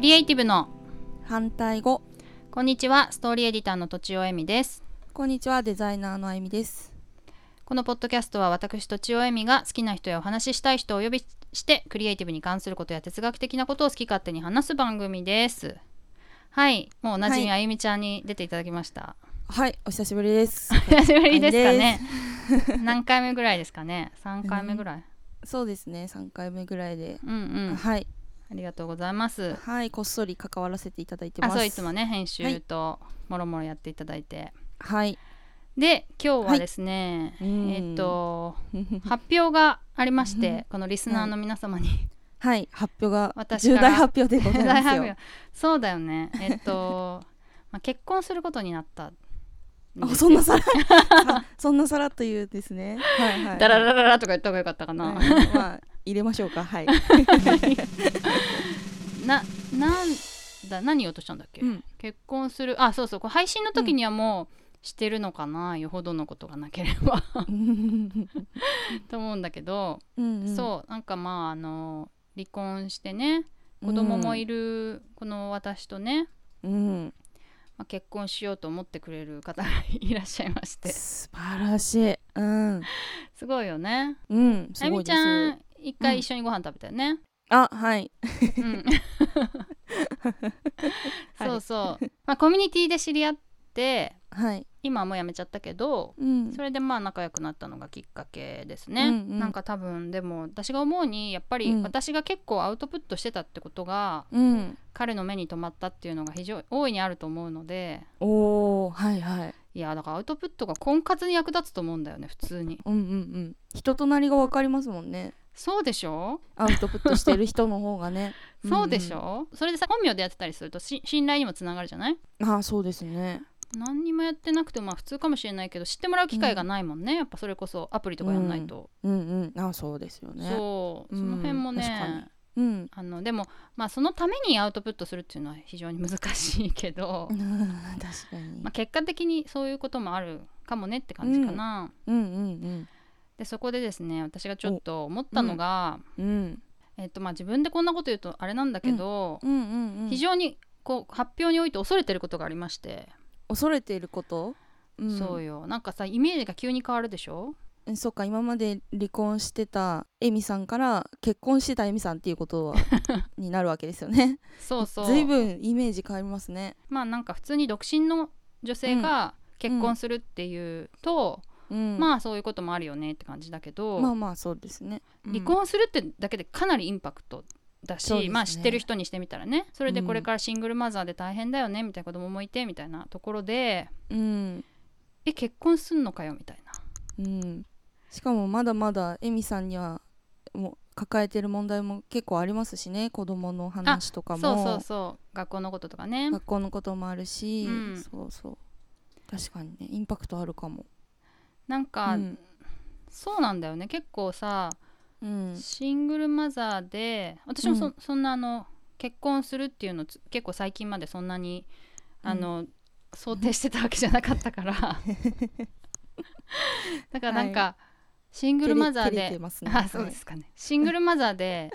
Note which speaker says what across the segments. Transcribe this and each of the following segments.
Speaker 1: リエイティブの
Speaker 2: 反対語
Speaker 1: こんにちはストーリーエディターのとちおえみです
Speaker 2: こんにちはデザイナーのあゆみです
Speaker 1: このポッドキャストは私とちおえみが好きな人やお話ししたい人をお呼びしてクリエイティブに関することや哲学的なことを好き勝手に話す番組ですはいもうおなじみ
Speaker 2: は
Speaker 1: あゆみちゃんに出ていただきま した、
Speaker 2: はいお久しぶりです
Speaker 1: 久しぶりですか
Speaker 2: あゆ
Speaker 1: ね 何回目ぐらいですかね3回目ぐらい、
Speaker 2: そうですね3回目ぐらいで、
Speaker 1: うん、うんあ
Speaker 2: はい
Speaker 1: りがとうございます
Speaker 2: はいこっそり関わらせていただいてま
Speaker 1: あ
Speaker 2: す
Speaker 1: そういつもね編
Speaker 2: は
Speaker 1: 集
Speaker 2: い
Speaker 1: ともろもろやっていただいて
Speaker 2: はい
Speaker 1: で今日はですね、
Speaker 2: うん
Speaker 1: えっ、と発表がありましてこのリスナーの皆様に、
Speaker 2: はい発表が
Speaker 1: 私
Speaker 2: 重
Speaker 1: から
Speaker 2: 大発表で ございますよ
Speaker 1: そうだよねえっと、 まあ、結婚することになった
Speaker 2: あそんなさら あそんなさらっと言うですねはいは い
Speaker 1: ダララララとか言った方がよかったかな、
Speaker 2: はいまあ入れましょう かはい、
Speaker 1: ななんだ何言おうとしたんだっけ、
Speaker 2: うん
Speaker 1: 結婚するあそうそうこれ配信の時にはもうしてるのかな、よほどのことがなければ と思うんだけど、
Speaker 2: うんうん
Speaker 1: そうなんかまああの離婚してね子供もいるこの私とね、
Speaker 2: うん
Speaker 1: まあ、結婚しようと思ってくれる方がいらっしゃいまして
Speaker 2: 素晴らしいうん
Speaker 1: すごいよね
Speaker 2: うん
Speaker 1: あ
Speaker 2: す
Speaker 1: ゆ
Speaker 2: ご
Speaker 1: み
Speaker 2: い
Speaker 1: ち
Speaker 2: で
Speaker 1: ゃ
Speaker 2: す
Speaker 1: ん一回一緒にご飯食べたよね、
Speaker 2: あ はい
Speaker 1: うんそうそう、まあ、コミュニティで知り合って
Speaker 2: はい
Speaker 1: 今はもうやめちゃったけど
Speaker 2: うん
Speaker 1: それでまあ仲良くなったのがきっかけですね、
Speaker 2: うんうん
Speaker 1: なんか多分でも私が思うにやっぱり
Speaker 2: うん
Speaker 1: 私が結構アウトプットしてたってことが、
Speaker 2: うん
Speaker 1: 彼の目に留まったっていうのが非常に大いにあると思うので
Speaker 2: おおはいはい
Speaker 1: いやだからアウトプットが婚活に役立つと思うんだよね普通に
Speaker 2: うんうんうん人となりがわかりますもんね
Speaker 1: そうでしょ
Speaker 2: アウトプットしてる人の方がね
Speaker 1: そうでしょ、それでさ本名でやってたりするとし信頼にもつながるじゃない
Speaker 2: うんああそうですね
Speaker 1: 何にもやってなくてもまあ普通かもしれないけど知ってもらう機会がないもんね、やっぱそれこそアプリとかやんないと、
Speaker 2: うんうんああそうですよね
Speaker 1: そうその辺も
Speaker 2: うん確か
Speaker 1: ね
Speaker 2: に、うん
Speaker 1: あのでもまあそのためにアウトプットするっていうのは非常に難しいけど
Speaker 2: う、ん確かに
Speaker 1: まあ、結果的にそういうこともあるかもねって感じかな、
Speaker 2: うんうん
Speaker 1: でそこでですね私がちょっと思ったのが、
Speaker 2: うんうん
Speaker 1: えっとまあ、自分でこんなこと言うとあれなんだけど、
Speaker 2: うんうんうん
Speaker 1: 非常にこう発表において恐れてることがありまして、
Speaker 2: 恐れていることうん
Speaker 1: そうよなんかさイメージが急に変わるでしょ
Speaker 2: えそうか今まで離婚してたエミさんから結婚してたエミさんっていうこと はになるわけですよね
Speaker 1: そうそう
Speaker 2: ずいぶんイメージ変わりますね
Speaker 1: まあなんか普通に独身の女性が結婚するっていうと、
Speaker 2: うん
Speaker 1: まあそういうこともあるよねって感じだけど、
Speaker 2: まあまあそうですねうん
Speaker 1: 離婚するってだけでかなりインパクトだし、
Speaker 2: そうですね
Speaker 1: まあ知ってる人にしてみたらねそれで
Speaker 2: うん
Speaker 1: これからシングルマザーで大変だよねみたいな子供もいてみたいなところで
Speaker 2: うん
Speaker 1: え結婚すんのかよみたいな
Speaker 2: うん、しかもまだまだエミさんにはもう抱えてる問題も結構ありますしね子供の話とかも
Speaker 1: そうそうそう学校のこととかね
Speaker 2: 学校のこともあるし、
Speaker 1: うん
Speaker 2: そうそう確かにねインパクトあるかも、
Speaker 1: なんか、
Speaker 2: うん
Speaker 1: そうなんだよね結構さ
Speaker 2: うん、
Speaker 1: シングルマザーで私もそ,、
Speaker 2: うん
Speaker 1: ん、そんなあの結婚するっていうのつ結構最近までそんなにあの、想定してたわけじゃなかった からだからなんか、シングルマザー
Speaker 2: 照れ照れて
Speaker 1: で、
Speaker 2: ますね
Speaker 1: あそうですかねシングルマザーで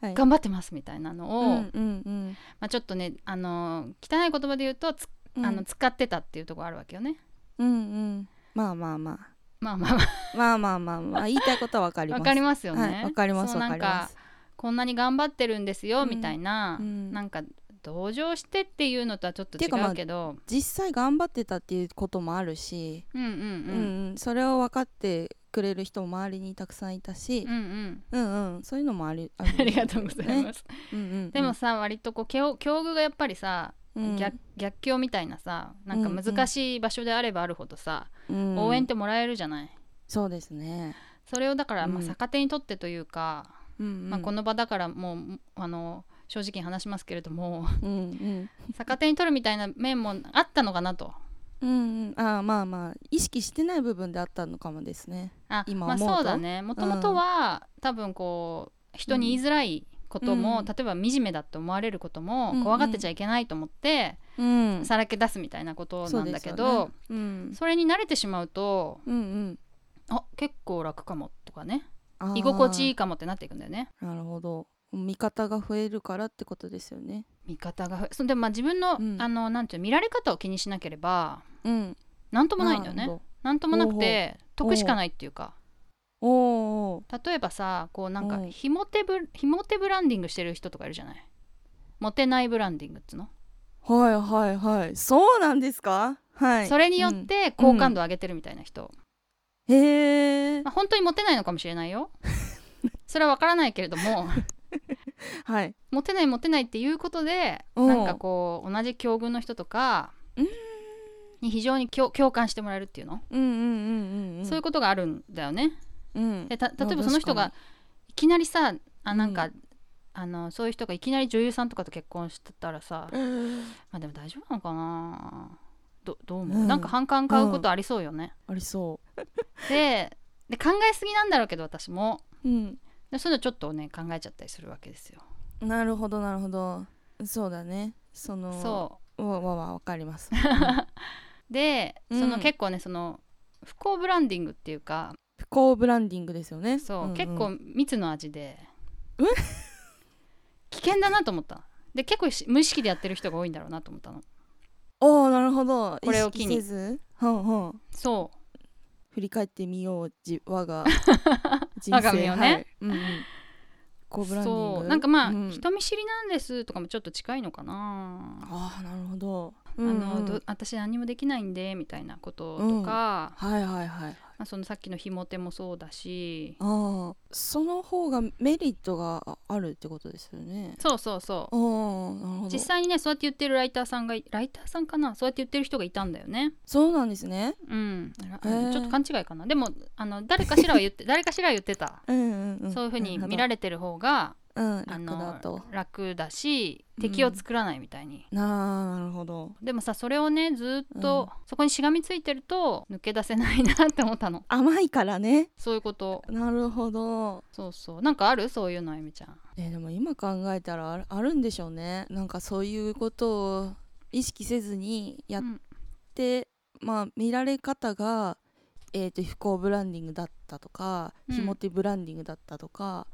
Speaker 2: はい
Speaker 1: 頑張ってますみたいなのを、
Speaker 2: はいうんうん
Speaker 1: まあ、ちょっとねあの汚い言葉で言うとつ、
Speaker 2: うん
Speaker 1: あの使ってたっていうところあるわけよね。
Speaker 2: うんうんまあまあまあ
Speaker 1: まあまあま
Speaker 2: まあまあまあまあ言いたいことはわかり
Speaker 1: あ
Speaker 2: ます
Speaker 1: わかり
Speaker 2: ま
Speaker 1: ますよね。
Speaker 2: はい、わかります
Speaker 1: そう
Speaker 2: わ
Speaker 1: なん
Speaker 2: かり
Speaker 1: か
Speaker 2: ます
Speaker 1: こんなに頑張ってるんですよ、
Speaker 2: うん
Speaker 1: みたいな、
Speaker 2: うん
Speaker 1: なんか同情してっていうのとはちょっと
Speaker 2: て
Speaker 1: 違
Speaker 2: いうかまあ
Speaker 1: うけど、
Speaker 2: 実際頑張ってたっていうこともあるし、
Speaker 1: うんうん
Speaker 2: うんうん、それを分かってくれる人も周りにたくさんいたし
Speaker 1: うん、うんうん
Speaker 2: うんうん、そういうのもありあ。
Speaker 1: ありがとうございますす、
Speaker 2: うんうんう ん
Speaker 1: でも、さ割とこう境境遇がやっぱりさ、
Speaker 2: うん
Speaker 1: 逆逆境みたいなさなんか
Speaker 2: うんうん
Speaker 1: 難しい場所であればあるほどさ、
Speaker 2: うん
Speaker 1: 応援ってもらえるじゃない
Speaker 2: そうですね。
Speaker 1: それをだからまあ
Speaker 2: うん
Speaker 1: 逆手にとってというか、
Speaker 2: うんうん
Speaker 1: まあ、この場だからもうあの正直に話しますけれども
Speaker 2: うんうん
Speaker 1: 逆手に取るみたいな面もあったのかなと
Speaker 2: うんうんあーまあまあ意識してない部分であったのかもですね。
Speaker 1: あ
Speaker 2: 今
Speaker 1: まあ
Speaker 2: 思うと
Speaker 1: そうだねもともとは、多分こう人に言いづらいことも、
Speaker 2: うん
Speaker 1: 例えば惨めだって思われることも、
Speaker 2: うんうん
Speaker 1: 怖がってちゃいけないと思って、
Speaker 2: うん
Speaker 1: さらけ出すみたいなことなんだけどそ,、
Speaker 2: そうですよねうん
Speaker 1: れに慣れてしまうと
Speaker 2: うんうん
Speaker 1: あ結構楽かもとかね
Speaker 2: あー
Speaker 1: 居心地いいかもってなっていくんだよね。
Speaker 2: なるほど。見方が増えるからってことですよね。
Speaker 1: 見方がそでもまあ自分の、
Speaker 2: うん
Speaker 1: あのなんていうの見られ方を気にしなければ
Speaker 2: うん。
Speaker 1: なんともないんだよね
Speaker 2: るほど
Speaker 1: なんともなくて得しかないっていうか
Speaker 2: おーお
Speaker 1: 例えばさこうなんか
Speaker 2: うん
Speaker 1: ひも手ぶひも手ブランディングしてる人とかいるじゃないモテないブランディングっつうの、
Speaker 2: ー。はいはいはい。そうなんですか。はい。
Speaker 1: それによって好感度を上げてるみたいな人、
Speaker 2: うん。へえ
Speaker 1: ま。あ、本当にモテないのかもしれない よそれは分からないけれども
Speaker 2: はい。
Speaker 1: モテないモテないっていうことで
Speaker 2: うん
Speaker 1: なんかこう同じ境遇の人とか
Speaker 2: うん
Speaker 1: に非常に共共感してもらえるっていうの、
Speaker 2: うんうんうんうん。
Speaker 1: そういう
Speaker 2: こ
Speaker 1: ことがあるんだよね。
Speaker 2: と。うん。
Speaker 1: でた
Speaker 2: まあ
Speaker 1: 例えばその人が
Speaker 2: 確か
Speaker 1: いきなりさあ
Speaker 2: うん
Speaker 1: なんか、あのそういう人がいきなり女優さんとかと結婚してたらさ
Speaker 2: にうん
Speaker 1: まあでも大丈夫なのかなどどう思う、
Speaker 2: うん
Speaker 1: なんか反感買うことありそうよね。
Speaker 2: ありそ
Speaker 1: でで考えすぎなんだろうけど私も
Speaker 2: う。うん。
Speaker 1: でそういうのちょっとね考えちゃったりするわけですよ。
Speaker 2: なるほどなるほど。そうだね。その。
Speaker 1: そう
Speaker 2: う。わわわわか ります。
Speaker 1: で、
Speaker 2: うん
Speaker 1: その結構ねその不幸ブランディングっていうか
Speaker 2: 不幸ブランディングですよね。
Speaker 1: そう、
Speaker 2: んん
Speaker 1: 結構蜜の味で
Speaker 2: うん
Speaker 1: 危険だなと思ったで結構し無意識でやってる人が多いんだろうなと思ったの
Speaker 2: おおなるほど
Speaker 1: これを機に
Speaker 2: 意識せずほんほん
Speaker 1: そう
Speaker 2: 振り返ってみようじ 我が人生
Speaker 1: 我が身をね
Speaker 2: はいうんうんこうブランディング
Speaker 1: そうなんかまあ、
Speaker 2: うん
Speaker 1: 人見知りなんですとかもちょっと近いのかな、
Speaker 2: ああなるほど、
Speaker 1: あの
Speaker 2: うんう
Speaker 1: ど
Speaker 2: ん
Speaker 1: 私何もできないんでみたいなこととか、
Speaker 2: はいはいはい
Speaker 1: まあ、そのさっきのひも手もそうだし
Speaker 2: あーその方がメリットがああるってことですよね
Speaker 1: そうそうそう
Speaker 2: あーなるほど
Speaker 1: 実際にねそうやって言ってるライターさんがいライターさんかなそうやって言ってる人がいたんだよね
Speaker 2: そうなんですね
Speaker 1: うん、ら
Speaker 2: へー
Speaker 1: ちょっと勘違いかなでもあの誰かしらは言 って誰かしらは言ってた、
Speaker 2: うんうん、うん、
Speaker 1: そういうふうに見ら
Speaker 2: れ
Speaker 1: れてる方が
Speaker 2: うん
Speaker 1: あ
Speaker 2: 楽
Speaker 1: の
Speaker 2: だと
Speaker 1: 楽だし
Speaker 2: うん
Speaker 1: 敵を作らないみたいに、
Speaker 2: なあなるほど
Speaker 1: でもさそれをねずっと、そこにしがみついてると抜け出せないなって思ったの
Speaker 2: 甘いからね
Speaker 1: そういうこと
Speaker 2: なるほど
Speaker 1: そうそうなんかあるそういうのあゆみちゃん
Speaker 2: えーでも今考えたらあるあるんでしょうねなんかそういうことを意識せずにやって、まあ見られ方が、えー、と不幸ブランディングだったとか、
Speaker 1: うん
Speaker 2: ひも手ブランディングだったとか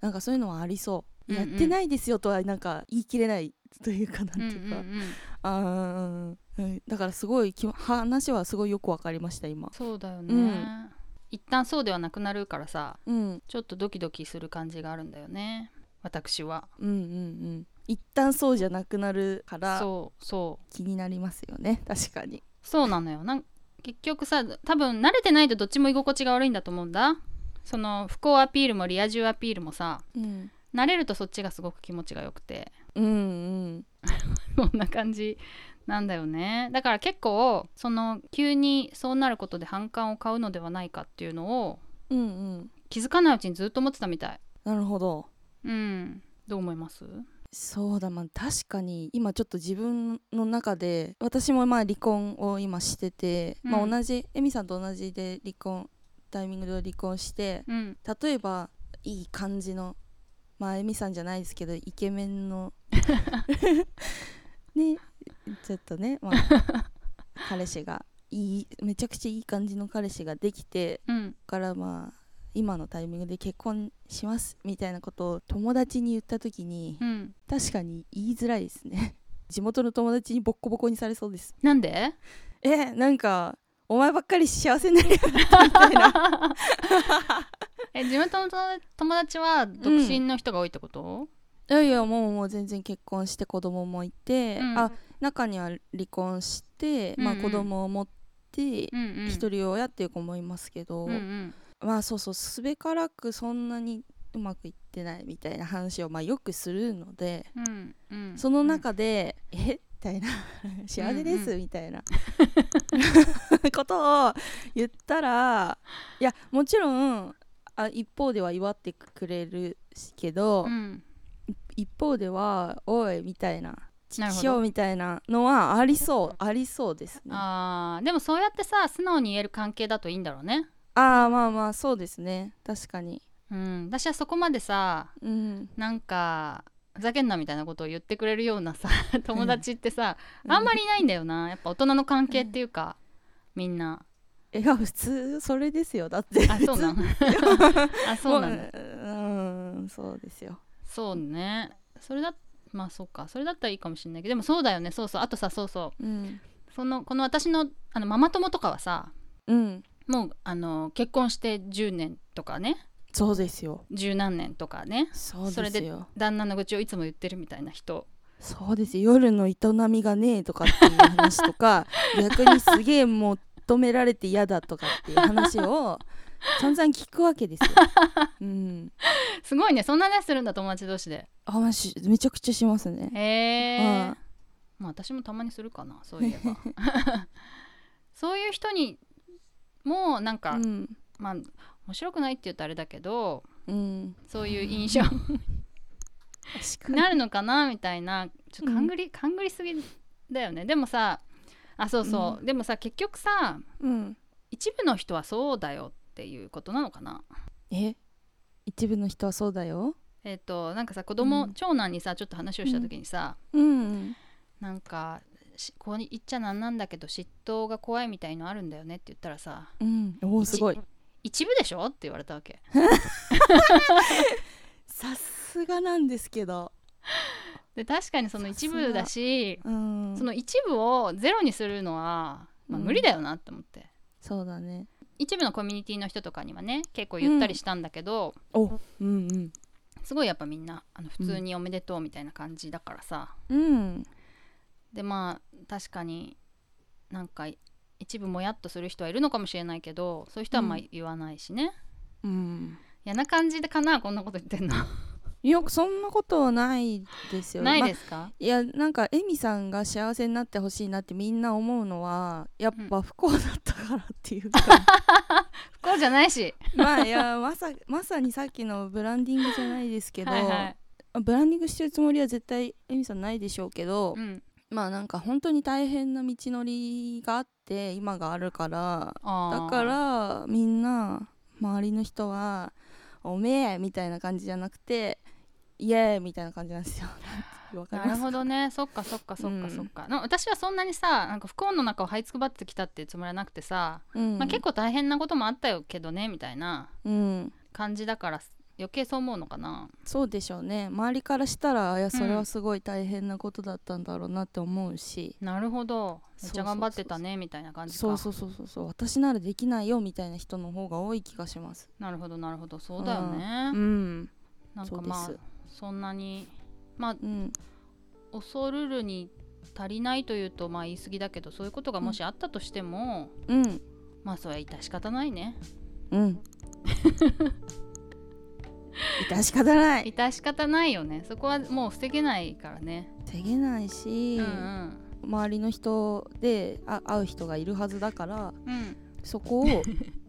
Speaker 2: なんかそういうのはあり
Speaker 1: うんう
Speaker 2: そう、
Speaker 1: ん
Speaker 2: やってないですよとはなんか言い切れないというかなんて
Speaker 1: うんうん
Speaker 2: いうか、
Speaker 1: うんうん
Speaker 2: あーうんうんだからすごいきも話はすごいよくわかりました今。
Speaker 1: そうだよね、
Speaker 2: うん
Speaker 1: 一旦そうではなくなるからさ
Speaker 2: うん
Speaker 1: ちょっとドキドキする感じがあるんだよね私は
Speaker 2: うんうんうん一旦そうじゃなくなるから
Speaker 1: そうそう
Speaker 2: 気になりますよね確かに。
Speaker 1: そうなのよなん結局さ多分慣れてないとどっちも居心地が悪いんだと思うんだその不幸アピールもリア充アピールもさ
Speaker 2: うん
Speaker 1: 慣れるとそっちがすごく気持ちが良くて
Speaker 2: うんうん
Speaker 1: こんな感じなんだよねだから結構その急にそうなることで反感を買うのではないかっていうのを
Speaker 2: うんうん
Speaker 1: 気づかないうちにずっと思ってたみたい
Speaker 2: なるほど
Speaker 1: うんどう思います
Speaker 2: そうだまあ確かに今ちょっと自分の中で私もまあ離婚を今してて、
Speaker 1: うん
Speaker 2: まあ同じエミさんと同じで離婚タイミングで離婚して
Speaker 1: うん
Speaker 2: 例えばいい感じのまあエミさんじゃないですけどイケメンの ねちょっとね、まあ、彼氏がいいめちゃくちゃいい感じの彼氏ができて
Speaker 1: うん
Speaker 2: からまあ今のタイミングで結婚しますみたいなことを友達に言った時に
Speaker 1: うん
Speaker 2: 確かに言いづらいですね 地元の友達にボッコボコにされそうです
Speaker 1: なんで
Speaker 2: えなんかお前ばっかり幸せになりやがったみたい な
Speaker 1: え地元の友友達は独身の人が多いってこと、
Speaker 2: いやいやもうもう全然結婚して子供もいて、
Speaker 1: うん
Speaker 2: あ中には離婚して、まあ、
Speaker 1: うんうん
Speaker 2: 子供を持って
Speaker 1: うんうん
Speaker 2: 一人親っていう子もいますけど、
Speaker 1: うんうん
Speaker 2: まあそうそうすべからくそんなにうまくいってないみたいな話をまあよくするので、
Speaker 1: うんうん
Speaker 2: その中で「えみたいな 「幸せです」
Speaker 1: うん
Speaker 2: みたいな ことを言ったらいやもちろんあ一方では祝ってくれるけど、
Speaker 1: うん
Speaker 2: 一方では「おい」みたいな「ち
Speaker 1: なるほど
Speaker 2: きしょう」みたいなのはありそうありそうですね。あ
Speaker 1: あーでもそうやってさ素直に言える関係だといいんだろうね。
Speaker 2: あーまあまあそうですね確かに。
Speaker 1: うん、私はそこまでさ
Speaker 2: うん、
Speaker 1: なんかふざけんなみたいなことを言ってくれるような さ友達ってさ、あんまりいないんだよなやっぱ大人の関係っていうか、みんな
Speaker 2: えが普通それですよだって
Speaker 1: あそうなんあそうなんだ
Speaker 2: もううんそうですよ
Speaker 1: そうねそれだまあそうかそれだったらいいかもしれないけどでもそうだよねそうそうあとさそうそう
Speaker 2: うん
Speaker 1: そのこの私のあのママ友とかはさ
Speaker 2: うん
Speaker 1: もうあの結婚して10年とかね
Speaker 2: そうですよ
Speaker 1: 十何年とかね
Speaker 2: そう
Speaker 1: それ
Speaker 2: です
Speaker 1: で
Speaker 2: よ
Speaker 1: 旦那の愚痴をいつも言ってるみたいな人
Speaker 2: そうですよ夜の営みがねえとかっていう話と か逆にすげえ求められて嫌だとかっていう話を散々聞くわけ ですよ。うん、
Speaker 1: すごいねそんな話するんだ友達同士で
Speaker 2: あまあしめちゃくちゃしますね。
Speaker 1: へえ
Speaker 2: ああ
Speaker 1: まあ私もたまにするかなそういえばそういう人にもなんか、
Speaker 2: うん
Speaker 1: まあ面白くないって言うとあれだけど
Speaker 2: うん、
Speaker 1: そういう印象
Speaker 2: 確かに
Speaker 1: なるのかなみたいなちょっと勘ぐり、勘ぐりすぎだよねでもさあそうそう、
Speaker 2: う
Speaker 1: でもさ結局さ
Speaker 2: うん、
Speaker 1: 一部の人はそうだよっていうことなのかな
Speaker 2: え一部の人はそうだよ。
Speaker 1: えっ、となんかさ子供、
Speaker 2: うん
Speaker 1: 長男にさちょっと話をした時にさ、
Speaker 2: うん、
Speaker 1: なんかしここに言っちゃなんなんだけど嫉妬が怖いみたいのあるんだよねって言ったらさ
Speaker 2: うん、おおすごい。
Speaker 1: 一部でしょって言われたわけ
Speaker 2: さすがなんですけど。
Speaker 1: で確かにその一部だし
Speaker 2: うん、
Speaker 1: その一部をゼロにするのは、まあ、
Speaker 2: うん
Speaker 1: 無理だよなって思って、
Speaker 2: そうだね。
Speaker 1: 一部のコミュニティの人とかにはね結構言ったりしたんだけど、
Speaker 2: おうんうん
Speaker 1: すごいやっぱみんなあの普通におめでとうみたいな感じだからさ、
Speaker 2: うん
Speaker 1: でまあ確かになんか一部もやっとする人はいるのかもしれないけどそういう人はまあ
Speaker 2: うん
Speaker 1: 言わないしね、
Speaker 2: うん。
Speaker 1: 嫌な感じでかなこんなこと言ってんの
Speaker 2: いやそんなことはない ですよ。
Speaker 1: ない
Speaker 2: まあ
Speaker 1: ですか、
Speaker 2: いやなんかエミさんが幸せになってほしいなってみんな思うのはやっぱ不幸だったからっていうか、
Speaker 1: 不幸じゃないし
Speaker 2: まあいやまさまさにさっきのブランディングじゃないですけど
Speaker 1: はいはい、
Speaker 2: ブランディングしてるつもりは絶対エミさんないでしょうけど、
Speaker 1: うん、
Speaker 2: まあなんか本当に大変な道のりがあって今があるから
Speaker 1: あー
Speaker 2: だからみんな周りの人は「おめえ!」みたいな感じじゃなくて「イエーイ!」みたいな感じなんですよ。 わか
Speaker 1: な
Speaker 2: りま
Speaker 1: る
Speaker 2: す
Speaker 1: ほどねそっかそっかそっか
Speaker 2: うん
Speaker 1: そっか、な私はそんなにさなんか不幸の中を這いつくばってきたっていうつもりはなくてさ、
Speaker 2: うん
Speaker 1: まあ、結構大変なこともあったよけどねみたいな
Speaker 2: うん、
Speaker 1: 感じだから余計そう思うのかな
Speaker 2: そうでしょうね周りからしたらいやそれ
Speaker 1: う
Speaker 2: は
Speaker 1: ん
Speaker 2: すごい大変なことだったんだろうなって思うし、
Speaker 1: なるほどめっちゃ頑張ってた
Speaker 2: そうそう
Speaker 1: ねみたいな感じか
Speaker 2: そうそうそうそうそう私ならできないよみたいな人の方が多い気がします
Speaker 1: なるほどなるほどそうだよね、
Speaker 2: うん
Speaker 1: なん
Speaker 2: そ
Speaker 1: か
Speaker 2: うで
Speaker 1: まあ
Speaker 2: す
Speaker 1: そんなにまあ
Speaker 2: うん
Speaker 1: 恐るるに足りないというとまあ言い過ぎだけどそういうことがもしあったとしても、
Speaker 2: うん
Speaker 1: まあそれは致し方ないね
Speaker 2: うん 致し方ない
Speaker 1: 致し方ないよねそこはもう防げないからね、
Speaker 2: 防げないし、
Speaker 1: うんうん
Speaker 2: 周りの人であ会う人がいるはずだから
Speaker 1: うん
Speaker 2: そこ を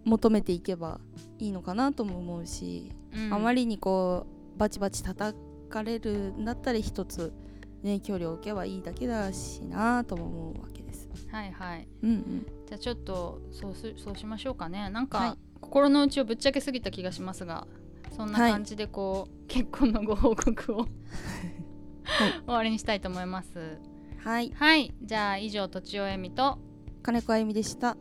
Speaker 2: 求めていけばいいのかなとも思うし
Speaker 1: うん、
Speaker 2: あま
Speaker 1: り
Speaker 2: りにこうバチバチ叩かれるんだったら一つ、ね、距離を置けばいいだけだしなとも思うわけです。
Speaker 1: はいはい
Speaker 2: うんうん、
Speaker 1: じゃあちょっとそうすそうしましょうかねなんか、
Speaker 2: はい
Speaker 1: 心の内をぶっちゃけすぎた気がしますがそんな
Speaker 2: はい
Speaker 1: 感じでこう、結婚のご報 告を 終わりにしたいと思います
Speaker 2: はい
Speaker 1: はいじゃあ以上とちおえみと
Speaker 2: 金子あゆみでした。